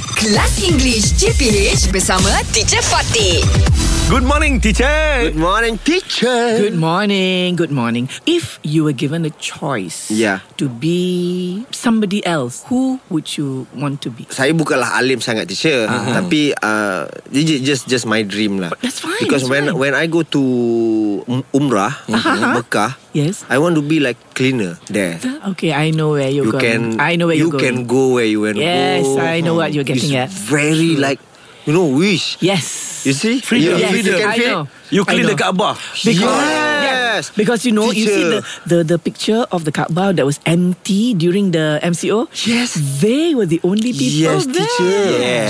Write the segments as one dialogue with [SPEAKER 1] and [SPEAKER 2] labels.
[SPEAKER 1] Kelas English CPH bersama Teacher Fatih.
[SPEAKER 2] Good morning, teacher.
[SPEAKER 3] Good morning, teacher.
[SPEAKER 4] Good morning, good morning. If you were given a choice
[SPEAKER 3] Yeah.
[SPEAKER 4] to be somebody else, who would you want to be?
[SPEAKER 3] Saya bukanlah alim sangat teacher, uh-huh. tapi uh, this is just just my dream lah.
[SPEAKER 4] But Ah, that's fine,
[SPEAKER 3] Because
[SPEAKER 4] it's
[SPEAKER 3] when
[SPEAKER 4] fine.
[SPEAKER 3] when I go to um- Umrah, uh-huh. Mekah,
[SPEAKER 4] Yes.
[SPEAKER 3] I want to be like cleaner there.
[SPEAKER 4] Okay, I know where you're
[SPEAKER 3] you
[SPEAKER 4] going.
[SPEAKER 3] can
[SPEAKER 4] I know where
[SPEAKER 3] you
[SPEAKER 4] you're
[SPEAKER 3] can
[SPEAKER 4] going.
[SPEAKER 3] go where you want to
[SPEAKER 4] Yes,
[SPEAKER 3] go.
[SPEAKER 4] I know what you're getting
[SPEAKER 3] it's
[SPEAKER 4] at.
[SPEAKER 3] Very like you know wish.
[SPEAKER 4] Yes.
[SPEAKER 3] You see,
[SPEAKER 2] Freedom,
[SPEAKER 3] You,
[SPEAKER 4] yes,
[SPEAKER 3] you
[SPEAKER 2] freedom.
[SPEAKER 3] can
[SPEAKER 4] I
[SPEAKER 3] feel-
[SPEAKER 4] know.
[SPEAKER 2] You
[SPEAKER 4] I
[SPEAKER 2] clean the
[SPEAKER 4] know.
[SPEAKER 2] Kaabah.
[SPEAKER 4] Because,
[SPEAKER 3] Yes.
[SPEAKER 4] yeah, because you know, you see the,
[SPEAKER 3] Teacher.
[SPEAKER 4] the the picture of the Kaabah that was empty during the MCO.
[SPEAKER 3] Yes.
[SPEAKER 4] they were the only people
[SPEAKER 3] Yes,
[SPEAKER 4] there.
[SPEAKER 3] teacher.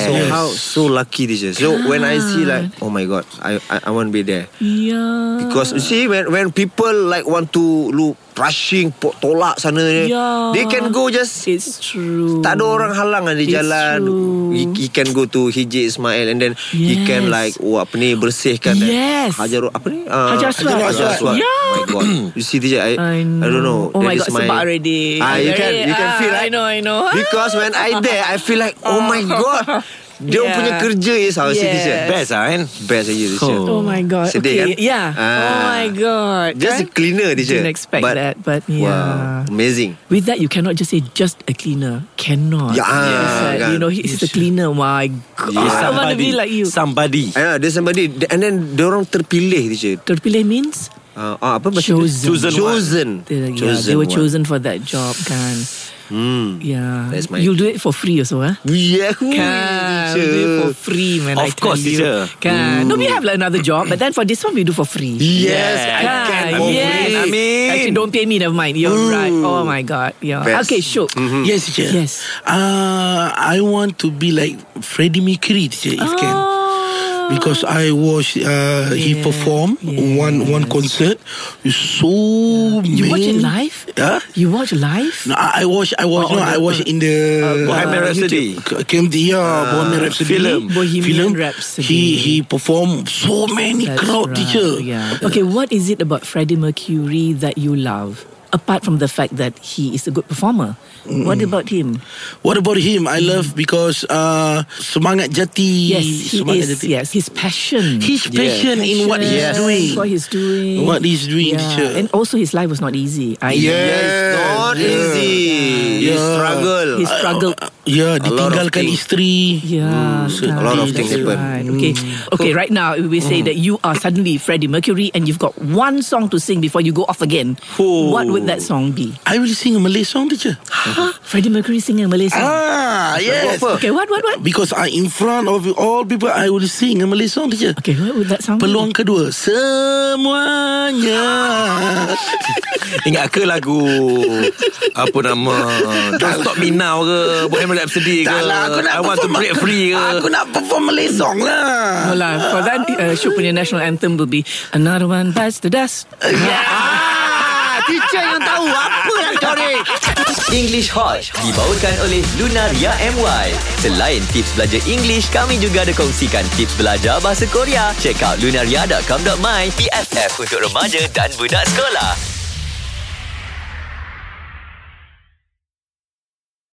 [SPEAKER 3] So
[SPEAKER 2] Yes.
[SPEAKER 3] how so lucky teacher. So when I see like, oh my god, I I, I want to be there.
[SPEAKER 4] Yeah,
[SPEAKER 3] Because you see when when people like want to lu rushing pok tolak sana ni,
[SPEAKER 4] Yeah.
[SPEAKER 3] they can go just
[SPEAKER 4] it's true.
[SPEAKER 3] tak ada orang halang lah di
[SPEAKER 4] It's
[SPEAKER 3] jalan.
[SPEAKER 4] true.
[SPEAKER 3] He, he can go to Hiji Ismail and then he can
[SPEAKER 4] Yes.
[SPEAKER 3] like oh, apa ni bersihkan eh.
[SPEAKER 4] Yes.
[SPEAKER 3] Hajar apa ni? Uh,
[SPEAKER 4] Hajar Aswad.
[SPEAKER 3] Hajar Aswad.
[SPEAKER 4] Yeah.
[SPEAKER 3] Oh my god. You see teacher I,
[SPEAKER 4] I know.
[SPEAKER 3] I don't know.
[SPEAKER 4] Oh my
[SPEAKER 3] That
[SPEAKER 4] god,
[SPEAKER 3] is my,
[SPEAKER 4] sebab already.
[SPEAKER 3] Ah, you
[SPEAKER 4] Already.
[SPEAKER 3] can you can
[SPEAKER 4] Ah,
[SPEAKER 3] feel right?
[SPEAKER 4] I know, I know.
[SPEAKER 3] Because when I there I feel like oh my god. Dia
[SPEAKER 4] Yeah.
[SPEAKER 3] punya kerja is how yes. teacher.
[SPEAKER 4] Yes.
[SPEAKER 3] Best lah kan? Best aja teacher.
[SPEAKER 4] ah, Oh my god.
[SPEAKER 3] Sedih
[SPEAKER 4] okay.
[SPEAKER 3] kan?
[SPEAKER 4] Yeah. Oh
[SPEAKER 3] Ah.
[SPEAKER 4] my god.
[SPEAKER 3] Just a
[SPEAKER 4] right?
[SPEAKER 3] cleaner teacher.
[SPEAKER 4] Didn't expect
[SPEAKER 3] But-
[SPEAKER 4] that, but yeah.
[SPEAKER 3] Wow, amazing.
[SPEAKER 4] With that, you cannot just say just a cleaner. Cannot.
[SPEAKER 3] Yeah,
[SPEAKER 4] It's like,
[SPEAKER 3] kan.
[SPEAKER 4] you know, he's a cleaner. My God,
[SPEAKER 3] Yeah.
[SPEAKER 4] I want to be like you.
[SPEAKER 2] Somebody.
[SPEAKER 3] I know, there's somebody and then orang terpilih teacher.
[SPEAKER 4] Terpilih means
[SPEAKER 3] Uh, ah, apa bahasa
[SPEAKER 4] Chosen.
[SPEAKER 3] dia?
[SPEAKER 2] Chosen
[SPEAKER 3] Chosen.
[SPEAKER 4] they, yeah, they were chosen for that job, kan?
[SPEAKER 3] Hmm.
[SPEAKER 4] Yeah,
[SPEAKER 3] That's my-
[SPEAKER 4] you'll do it for free also, huh?
[SPEAKER 3] Yeah.
[SPEAKER 4] Can we do it for free, man? I
[SPEAKER 2] Of
[SPEAKER 4] tell
[SPEAKER 2] course,
[SPEAKER 4] you.
[SPEAKER 2] teacher.
[SPEAKER 4] Can no, we have like another job, but then for this one we do for free.
[SPEAKER 3] Yes, I
[SPEAKER 4] Kan?
[SPEAKER 3] can
[SPEAKER 2] for
[SPEAKER 4] yes.
[SPEAKER 2] free. I mean-
[SPEAKER 4] actually, don't pay me. Never mind. You're right. Oh my god. Yeah.
[SPEAKER 3] Best.
[SPEAKER 4] Okay, sure.
[SPEAKER 2] Hmm.
[SPEAKER 5] Yes, teacher.
[SPEAKER 4] Yes.
[SPEAKER 5] Uh, I want to be like Freddie Mercury, teacher, if can. Because I watched uh, he
[SPEAKER 4] Yeah,
[SPEAKER 5] perform
[SPEAKER 4] Ah. yes.
[SPEAKER 5] one one concert with so
[SPEAKER 4] you
[SPEAKER 5] many.
[SPEAKER 4] watch it live?
[SPEAKER 5] Huh?
[SPEAKER 4] You watch live?
[SPEAKER 5] No, I I watch I watch
[SPEAKER 4] Oh, on
[SPEAKER 5] no,
[SPEAKER 4] the-
[SPEAKER 5] I
[SPEAKER 4] Uh,
[SPEAKER 5] watch in the
[SPEAKER 2] Bohemian Rhapsody. Ah,
[SPEAKER 5] YouTube. Came the yeah, Bohemian Rhapsody
[SPEAKER 2] film.
[SPEAKER 4] Bohemian Rhapsody.
[SPEAKER 5] He he performed so many
[SPEAKER 4] That's
[SPEAKER 5] crowd
[SPEAKER 4] right,
[SPEAKER 5] teacher.
[SPEAKER 4] Yeah. Okay, what is it about Freddie Mercury that you love? Apart from the fact that he is a good performer, what about him?
[SPEAKER 5] What about him? I love because uh, semangat
[SPEAKER 4] Mm.
[SPEAKER 5] jati.
[SPEAKER 4] Yes, he
[SPEAKER 5] semangat
[SPEAKER 4] is. Yes, his passion.
[SPEAKER 5] His passion in what he's
[SPEAKER 4] Yes,
[SPEAKER 5] doing.
[SPEAKER 4] What he's doing.
[SPEAKER 5] What he's doing, teacher.
[SPEAKER 4] And also his life was not easy. I
[SPEAKER 3] Yes, not
[SPEAKER 5] Yeah.
[SPEAKER 3] easy. You
[SPEAKER 5] Yeah.
[SPEAKER 3] struggle.
[SPEAKER 4] He struggled.
[SPEAKER 5] Ya,
[SPEAKER 3] lot of
[SPEAKER 5] ditinggalkan
[SPEAKER 3] things.
[SPEAKER 5] isteri.
[SPEAKER 4] yeah,
[SPEAKER 5] Uh, mm, so
[SPEAKER 3] a lot of
[SPEAKER 4] that's
[SPEAKER 3] things happen.
[SPEAKER 4] right. Okay,
[SPEAKER 5] Mm.
[SPEAKER 4] okay. Right now, we say that you are suddenly Freddie Mercury, and you've got one song to sing before you go off again.
[SPEAKER 5] Oh.
[SPEAKER 4] What would that song be?
[SPEAKER 5] I will sing a Malay song, teacher.
[SPEAKER 4] Huh? Freddie Mercury singing a Malay song.
[SPEAKER 5] Ah, yes.
[SPEAKER 3] Apa?
[SPEAKER 4] okay, what, what, what?
[SPEAKER 5] Because I in front of all people, I will sing a Malay song, teacher.
[SPEAKER 4] Okay, what would that sound?
[SPEAKER 5] Peluang kedua, semuanya.
[SPEAKER 2] Ingat ke lagu apa nama Don't Stop Me Now ke Bohemian Rhapsody ke
[SPEAKER 5] Taklah, lah, aku nak
[SPEAKER 2] I Want to
[SPEAKER 5] perform-
[SPEAKER 2] Break Free ke
[SPEAKER 5] Aku nak perform Malay song lah.
[SPEAKER 4] No lah, for that, uh, Syuk punya national anthem will be Another One Bites the Dust.
[SPEAKER 3] Ah, teacher yang tahu apa lah kau ni.
[SPEAKER 6] English Hot dibawakan oleh Lunaria MY. Selain tips belajar English, kami juga ada kongsikan tips belajar bahasa Korea. Check out lunaria.com.my, PFF untuk remaja dan budak sekolah.